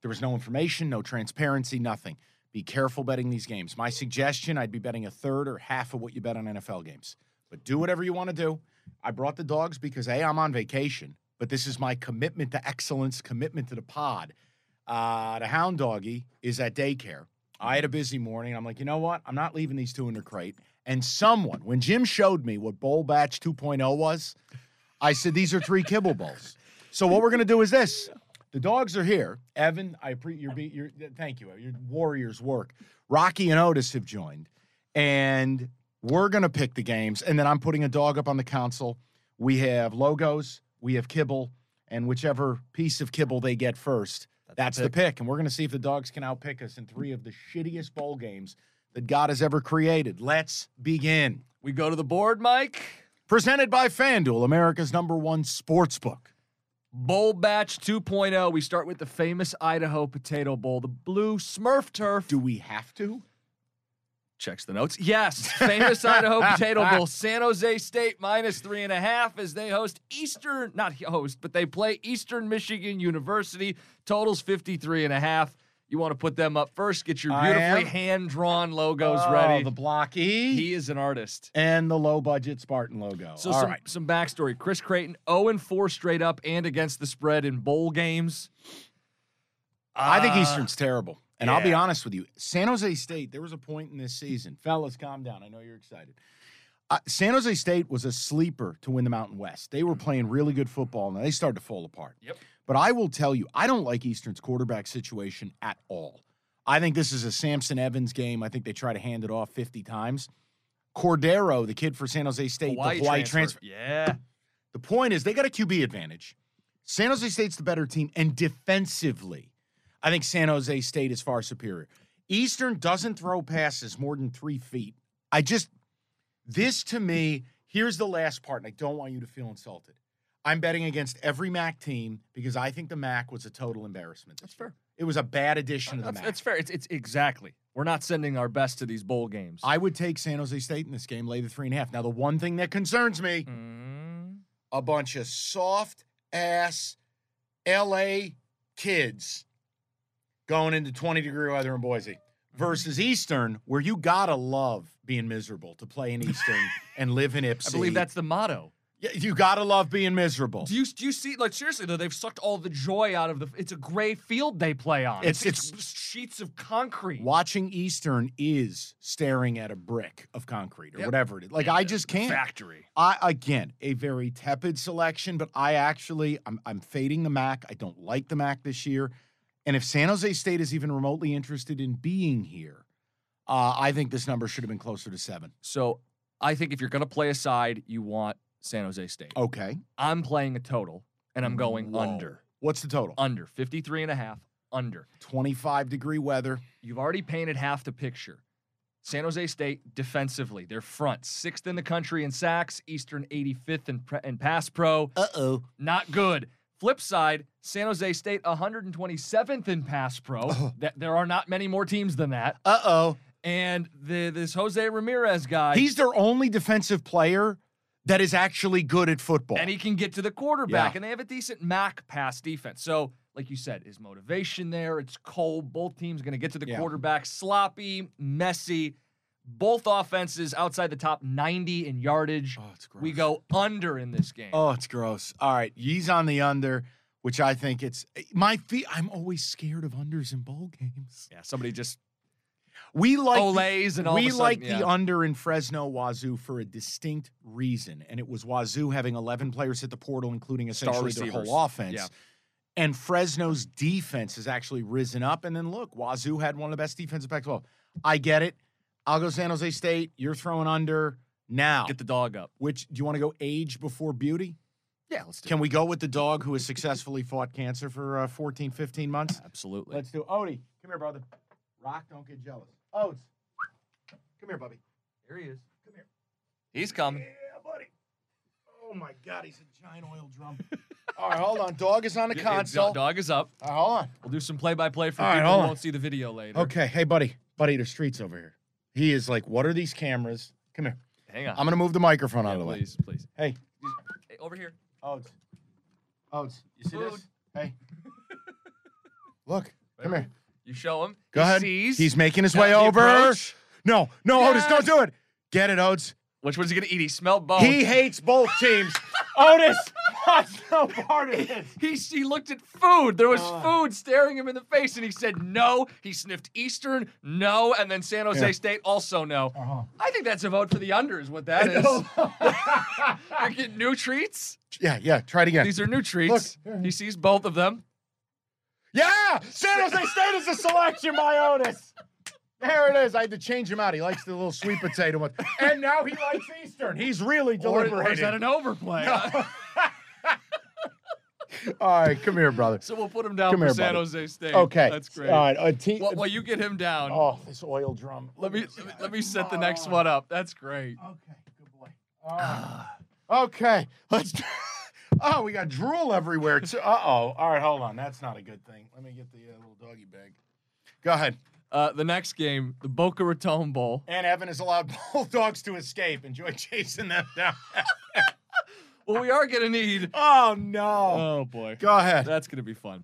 There was no information, no transparency, nothing. Be careful betting these games. My suggestion I'd be betting a third or half of what you bet on NFL games. But do whatever you want to do. I brought the dogs because A, I'm on vacation, but this is my commitment to excellence, commitment to the pod. Uh, the hound doggy is at daycare. I had a busy morning. I'm like, you know what? I'm not leaving these two in their crate. And someone, when Jim showed me what Bowl Batch 2.0 was, I said, these are three kibble bowls. So what we're gonna do is this: the dogs are here. Evan, I appreciate your be your thank you. Your Warriors work. Rocky and Otis have joined, and we're gonna pick the games. And then I'm putting a dog up on the console. We have logos. We have kibble, and whichever piece of kibble they get first, that's, the, pick. And we're gonna see if the dogs can outpick us in three of the shittiest bowl games that God has ever created. Let's begin. We go to the board, Mike. Presented by FanDuel, America's number one sports book. Bowl batch 2.0. We start with the famous Idaho Potato Bowl, the blue Smurf turf. Do we have to? checks the notes. Yes, famous Idaho Potato Bowl. San Jose State minus three and a half as they host Eastern, not host, but they play Eastern Michigan University. Totals 53 and a half. You want to put them up first. Get your I am. beautifully hand drawn logos Oh, ready. The block E he is an artist. and the low budget Spartan logo. So All some, right. some backstory. Chris Creighton, 0 and 4 straight up and against the spread in bowl games. I think Uh, Eastern's terrible. And I'll be yeah. honest with you. San Jose State, there was a point in this season. Fellas, calm down. I know you're excited. Uh, San Jose State was a sleeper to win the Mountain West. They were playing really good football, and they started to fall apart. Mm. Yep. But I will tell you, I don't like Eastern's quarterback situation at all. I think this is a Samson Evans game. I think they try to hand it off 50 times. Cordero, the kid for San Jose State, Hawaii, the Hawaii transfer. transfer. Yeah. The point is, they got a QB advantage. San Jose State's the better team, and defensively, I think San Jose State is far superior. Eastern doesn't throw passes more than three feet. I just, this to me, here's the last part, and I don't want you to feel insulted. I'm betting against every MAC team because I think the MAC was a total embarrassment. That's fair. It was a bad addition to the That's, MAC. that's fair. It's, it's exactly. We're not sending our best to these bowl games. I would take San Jose State in this game, lay the three and a half. Now, the one thing that concerns me. Mm. a bunch of soft ass LA kids going into 20 degree weather in Boise versus Eastern, where you gotta love being miserable to play in Eastern and live in I Ipsy. believe that's the motto. Yeah, you gotta love being miserable. Do you do you see like seriously though they've sucked all the joy out of the it's a gray field they play on. It's- It's it's, sheets of concrete. Watching Eastern is staring at a brick of concrete or Yep. whatever it is. Like I just can't. Factory. I again a very tepid selection, but I actually I'm I'm fading the Mac. I don't like the Mac this year, and if San Jose State is even remotely interested in being here, uh, I think this number should have been closer to seven. So I think if you're gonna play a side, you want San Jose State. Okay, I'm playing a total and I'm going Whoa. under. What's the total? Under 53 and a half, under. Twenty five degree weather. You've already painted half the picture. San Jose State defensively, their front sixth in the country in sacks, Eastern 85th in, pre- in pass pro. Uh oh. Not good. Flip side, San Jose State 127th in pass pro. Th- there are not many more teams than that. Uh oh. And the, this Jose Ramirez guy, He's their only defensive player that is actually good at football. and he can get to the quarterback, Yeah. and they have a decent MAC pass defense. So, like you said, is motivation there? It's cold. Both teams going to get to the Yeah. quarterback. Sloppy, messy. Both offenses outside the top 90 in yardage. oh, it's gross. we go under in this game. Oh, it's gross. All right, he's on the under, which I think it's eh, my feet. I'm always scared of unders in bowl games. Yeah, somebody just We like the- olays and all we of a sudden, like yeah. the under in Fresno Wazoo for a distinct reason, and it was Wazoo having 11 players hit the portal, including essentially their receivers. whole offense. Yeah. And Fresno's defense has actually risen up. And then look, Wazoo had one of the best defensive Pac-12. I get it. I'll go San Jose State. You're throwing under now. get the dog up. Which do you want to go age before beauty? Yeah, let's do Can we go with the dog who has successfully fought cancer for uh, 14, 15 months? it. Absolutely. Let's do Odie. Come here, brother. Rock, don't get jealous. Odes. Come here, Bubby. Here he is. Come here. He's coming. Yeah, buddy. Oh my God, he's a giant oil drum. All right, hold on. Dog is on the Yeah, console. dog- Dog is up. All right, hold on. We'll do some play by play for All right, people hold who on. won't see the video later. Okay, hey, buddy. Buddy, the street's over here. He is like, what are these cameras? Come here. Hang on. I'm gonna move the microphone Yeah, out of the way. please, please. Hey, Hey, over here. Odes. Odes, you see Food. this? Hey. Look. Come here. You show him. Go he ahead. Sees. He's making his Now way the over. approach. No, no, Otis, Yes. don't do it. Get it, Otis. Which one's he gonna eat? He smelled bone. He hates both teams. Otis, that's no part of this. He, he looked at food. There was God. food staring him in the face, and he said no. He sniffed Eastern, no, and then San Jose Yeah. State also no. Uh-huh. I think that's a vote for the under, is what that is. You're getting new treats. Yeah, yeah, try it again. These are new treats. here. He sees both of them. yeah, San Jose State is the selection by Otis. There it is. I had to change him out. He likes the little sweet potato one. And now he likes Eastern. He's really Or, or is deliberating. that an overplay? All right, come here, brother. so we'll put him down Come for here, San buddy. Jose State. Okay. That's great. All right, a team. Well, while you get him down, oh, this oil drum. let, me, let me let me set the next Oh. one up. That's great. Okay, good boy. All right. Ah. okay, let's. oh, we got drool everywhere too. Uh oh. All right, hold on. That's not a good thing. Let me get the uh, little doggy bag. Go ahead. Uh, the next game, the Boca Raton Bowl. And Evan has allowed both dogs to escape. Enjoy chasing them down. Well, we are gonna need. oh no. Oh boy. Go ahead. That's going to be fun.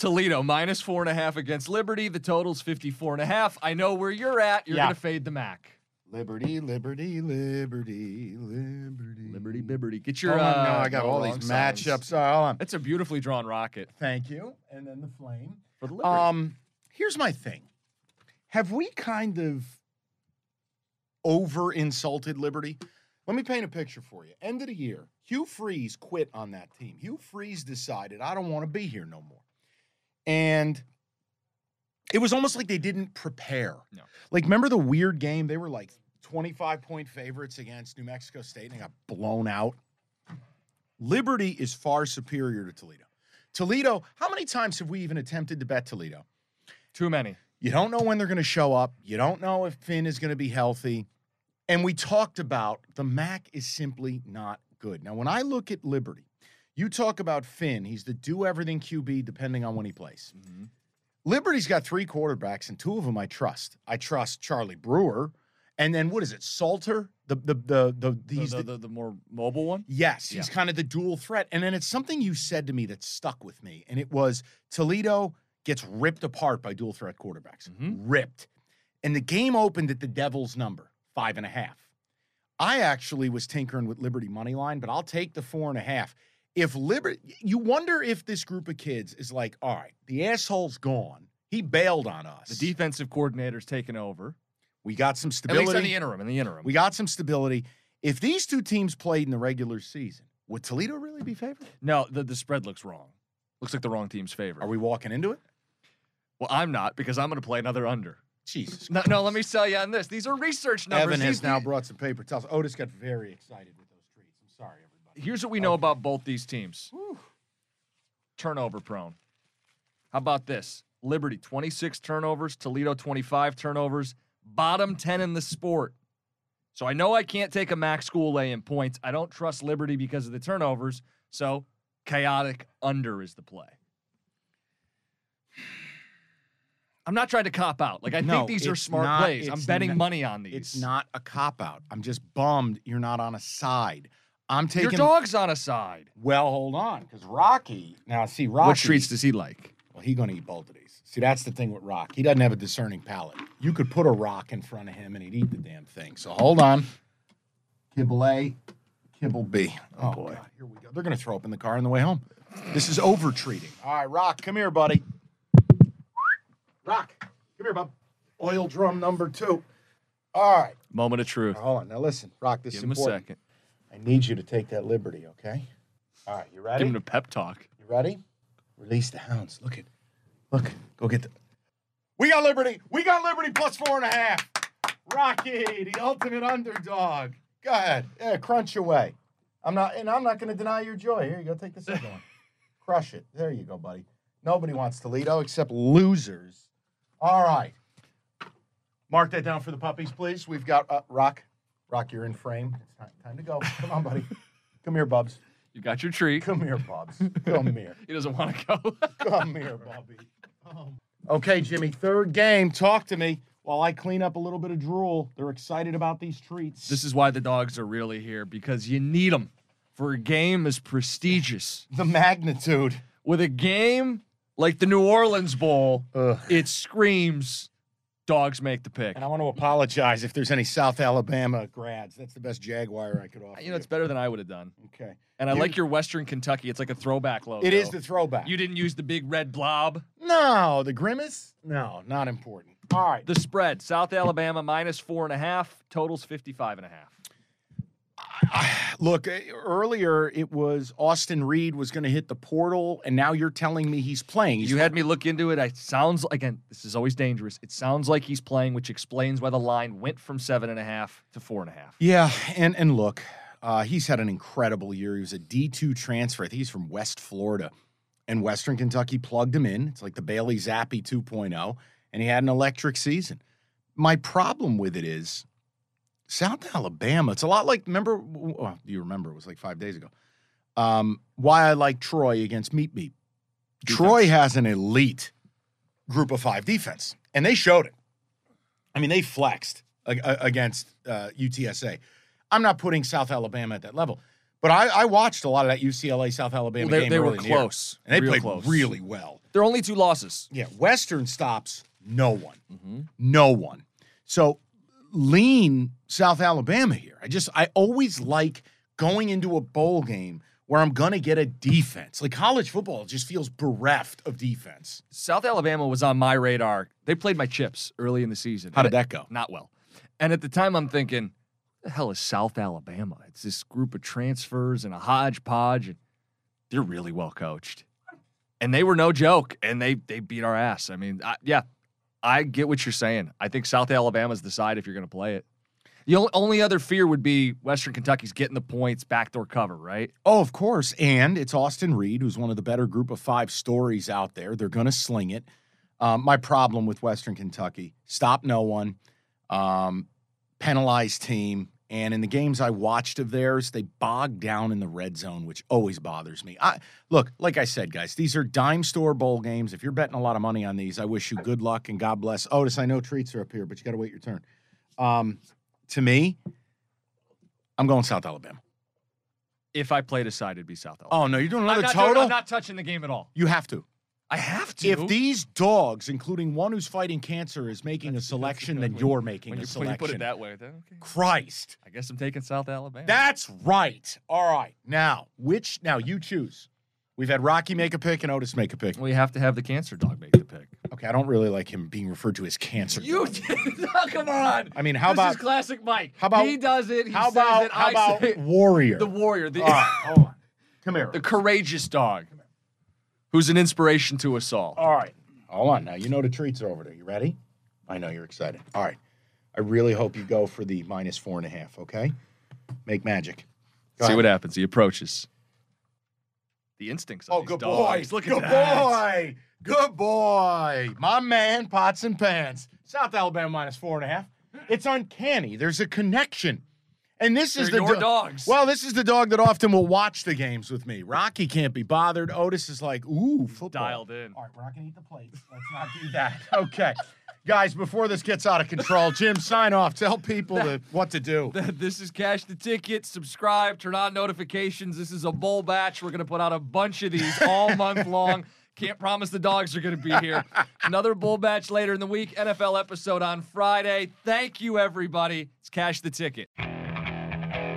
Toledo minus four and a half against Liberty. The total's 54 and a half. I know where you're at. You're Yeah. going to fade the Mac. Liberty, liberty, liberty, liberty. Bibberty. Get Oh, your. uh, no, I got no, all wrong these signs. matchups. All right, hold on. That's a beautifully drawn rocket Thank you. And then the flame. for the Liberty. Um, here's my thing. Have we kind of over insulted Liberty? Let me paint a picture for you. End of the year, Hugh Freeze quit on that team. Hugh Freeze decided, I don't want to be here no more. And it was almost like they didn't prepare. No. Like, remember the weird game? They were like 25 point favorites against New Mexico State and they got blown out. Liberty is far superior to Toledo. Toledo, how many times have we even attempted to bet Toledo? Too many. You don't know when they're going to show up. You don't know if Finn is going to be healthy. And we talked about the Mac is simply not good. Now, when I look at Liberty, you talk about Finn. He's the do everything QB depending on when he plays. mm-hmm. Liberty's got three quarterbacks, and two of them I trust. I trust Charlie Brewer, and then what is it, Salter? The the the the, The- he's the, the- the- the more mobile one. Yes, he's kind of the dual threat. And then it's something you said to me that stuck with me, and it was Toledo gets ripped apart by dual threat quarterbacks, Mhm. ripped. And the game opened at the Devil's number, five and a half. I actually was tinkering with Liberty money line, but I'll take the four and a half. If Liberty, you wonder if this group of kids is like, all right, the asshole's gone. He bailed on us. The defensive coordinator's taken over. we got some At least in stability. the interim. In the interim. we got some stability. If these two teams played in the regular season, would Toledo really be favored? no, the, the spread looks wrong. Looks like the wrong team's favorite. Are we walking into it? well, I'm not because I'm going to play another under. Jesus. No, no, let me sell you on this. These are research numbers. Evan These- has now brought some paper towels. Otis got very excited with those treats. I'm sorry, everybody. Here's what we know Okay. about both these teams. Whew. Turnover prone. How about this? Liberty 26 turnovers, Toledo 25 turnovers, bottom 10 in the sport. So I know I can't take a Max School in points. I don't trust Liberty because of the turnovers. So chaotic under is the play. I'm not trying to cop out. Like I No, think these are it's smart not- plays. I'm it's betting not- money on these. It's not a cop out. I'm just bummed you're not on a side. I'm taking Your dog's on a side. Well, hold on, because Rocky. Now, see, Rocky. What treats does he like? Well, he's going to eat both of these. See, that's the thing with Rock. He doesn't have a discerning palate. You could put a rock in front of him and he'd eat the damn thing. So hold on. Kibble A, Kibble B. Oh, boy. Here we go. They're going to throw up in the car on the way home. This is over treating. All right, Rock, come here, buddy. Rock, come here, bub. Oil drum number two. All right. Moment of truth. Now, Hold on. Now, listen, Rock, this Give is him a Oh, important. second. I need you to take that liberty, okay? All right, you ready? Give him a pep talk. You ready? Release the hounds. Look it. Look. Go get the. We got Liberty. We got Liberty plus four and a half. Rocky, the ultimate underdog. Go ahead. Yeah, crunch away. I'm not, and I'm not going to deny your joy. Here you go. Take the second one. Crush it. There you go, buddy. Nobody wants Toledo except losers. All right. Mark that down for the puppies, please. We've got uh, Rock. Rock, you're in frame. It's time, time to go. Come on, buddy. Come here, Bubs. You got your treat. Come here, Bubs. Come here. He doesn't want to go. Come here, Bobby. Okay, Jimmy, third game. Talk to me while I clean up a little bit of drool. They're excited about these treats. this is why the dogs are really here because you need them for a game as prestigious. the magnitude. With a game like the New Orleans Bowl, Ugh. it screams dogs make the pick. And I want to apologize if there's any South Alabama grads. That's the best Jaguar I could offer. You know, it's better than I would have done. okay. And I You- like your Western Kentucky. It's like a throwback logo. It is the throwback. Oh, You didn't use the big red blob. no, the grimace? No, not important. All right. The spread, South Alabama minus four and a half, totals 55 and a half. Look, eh, earlier it was Austin Reed was going to hit the portal, and now you're telling me he's playing. He's You had me look into it. It sounds again. This is always dangerous. It sounds like he's playing, which explains why the line went from seven and a half to four and a half. Yeah, and and look, uh, he's had an incredible year. He was a D two transfer. I think he's from West Florida, and Western Kentucky plugged him in. It's like the Bailey Zappi 2.0, and he had an electric season. My problem with it is South Alabama. It's a lot like remember. Well, you remember it was like five days ago. Um, why I like Troy against Meat Meat. Troy has an elite group of five defense, and they showed it. I mean, they flexed a- a- against uh, UTSA. I'm not putting South Alabama at that level, but I, I watched a lot of that UCLA South Alabama they, game. they early were in the year, close. and they real played close. really well. They're only two losses. Yeah, Western stops no one, Mm-hmm. no one. So lean South Alabama here. I just I always like going into a bowl game where I'm gonna get a defense. Like college football just feels bereft of defense. South Alabama was on my radar. They played my chips early in the season. How did that go? Not well. And at the time, I'm thinking, the hell is South Alabama? It's this group of transfers and a hodgepodge, and they're really well coached. And they were no joke, and they they beat our ass. I mean, I, yeah, I get what you're saying. I think South Alabama's the side if you're going to play it. The only, only other fear would be Western Kentucky's getting the points, backdoor cover, right? Oh, of course. And it's Austin Reed, who's one of the better group of five stories out there. They're going to sling it. Um, my problem with Western Kentucky stop no one, um, penalized team. And in the games I watched of theirs, they bogged down in the red zone, which always bothers me. I look, like I said, guys, these are dime store bowl games. If you're betting a lot of money on these, I wish you good luck and God bless. Otis, I know treats are up here, but you got to wait your turn. Um, to me, I'm going South Alabama. If I played a side, it'd be South Alabama. Oh no, you're doing I'm another not, doing- total. I'm not touching the game at all. You have to. I have to. If these dogs, including one who's fighting cancer, is making a selection, then you're making when a you, when selection. you put it that way, then okay. Christ. I guess I'm taking South Alabama. That's right. All right. Now, which now you choose. We've had Rocky make a pick and Otis make a pick. we have to have the cancer dog make the pick. Okay, I don't really like him being referred to as cancer. You did. Oh, come on. I mean, how this about is classic Mike? how about- he does it? He how says about it. how I about say it. warrior? the warrior, the, All right, hold on. Come here. the courageous dog, who's an inspiration to us all? All right. Hold on now. You know the treats are over there. You ready? I know you're excited. All right. I really hope you go for the minus four and a half, okay? Make magic. Go See ahead. what happens. He approaches. The instincts. Of Oh, these good boy. dogs. Look at Good that. boy. Good boy. My man, pots and pans. South Alabama minus four and a half. It's uncanny. There's a connection. And this is They're the your do- dogs. Well, this is the dog that often will watch the games with me. Rocky can't be bothered. Otis is like, ooh, football. dialed in. All right, we're not gonna eat the plates. Let's not do that. Okay. Guys, before this gets out of control, Jim, sign off. Tell people that, what to do. this is Cash the Ticket. Subscribe, turn on notifications. This is a bowl batch. We're going to put out a bunch of these all month long. Can't promise the dogs are going to be here. Another bowl batch later in the week, NFL episode on Friday. Thank you, everybody. It's Cash the Ticket.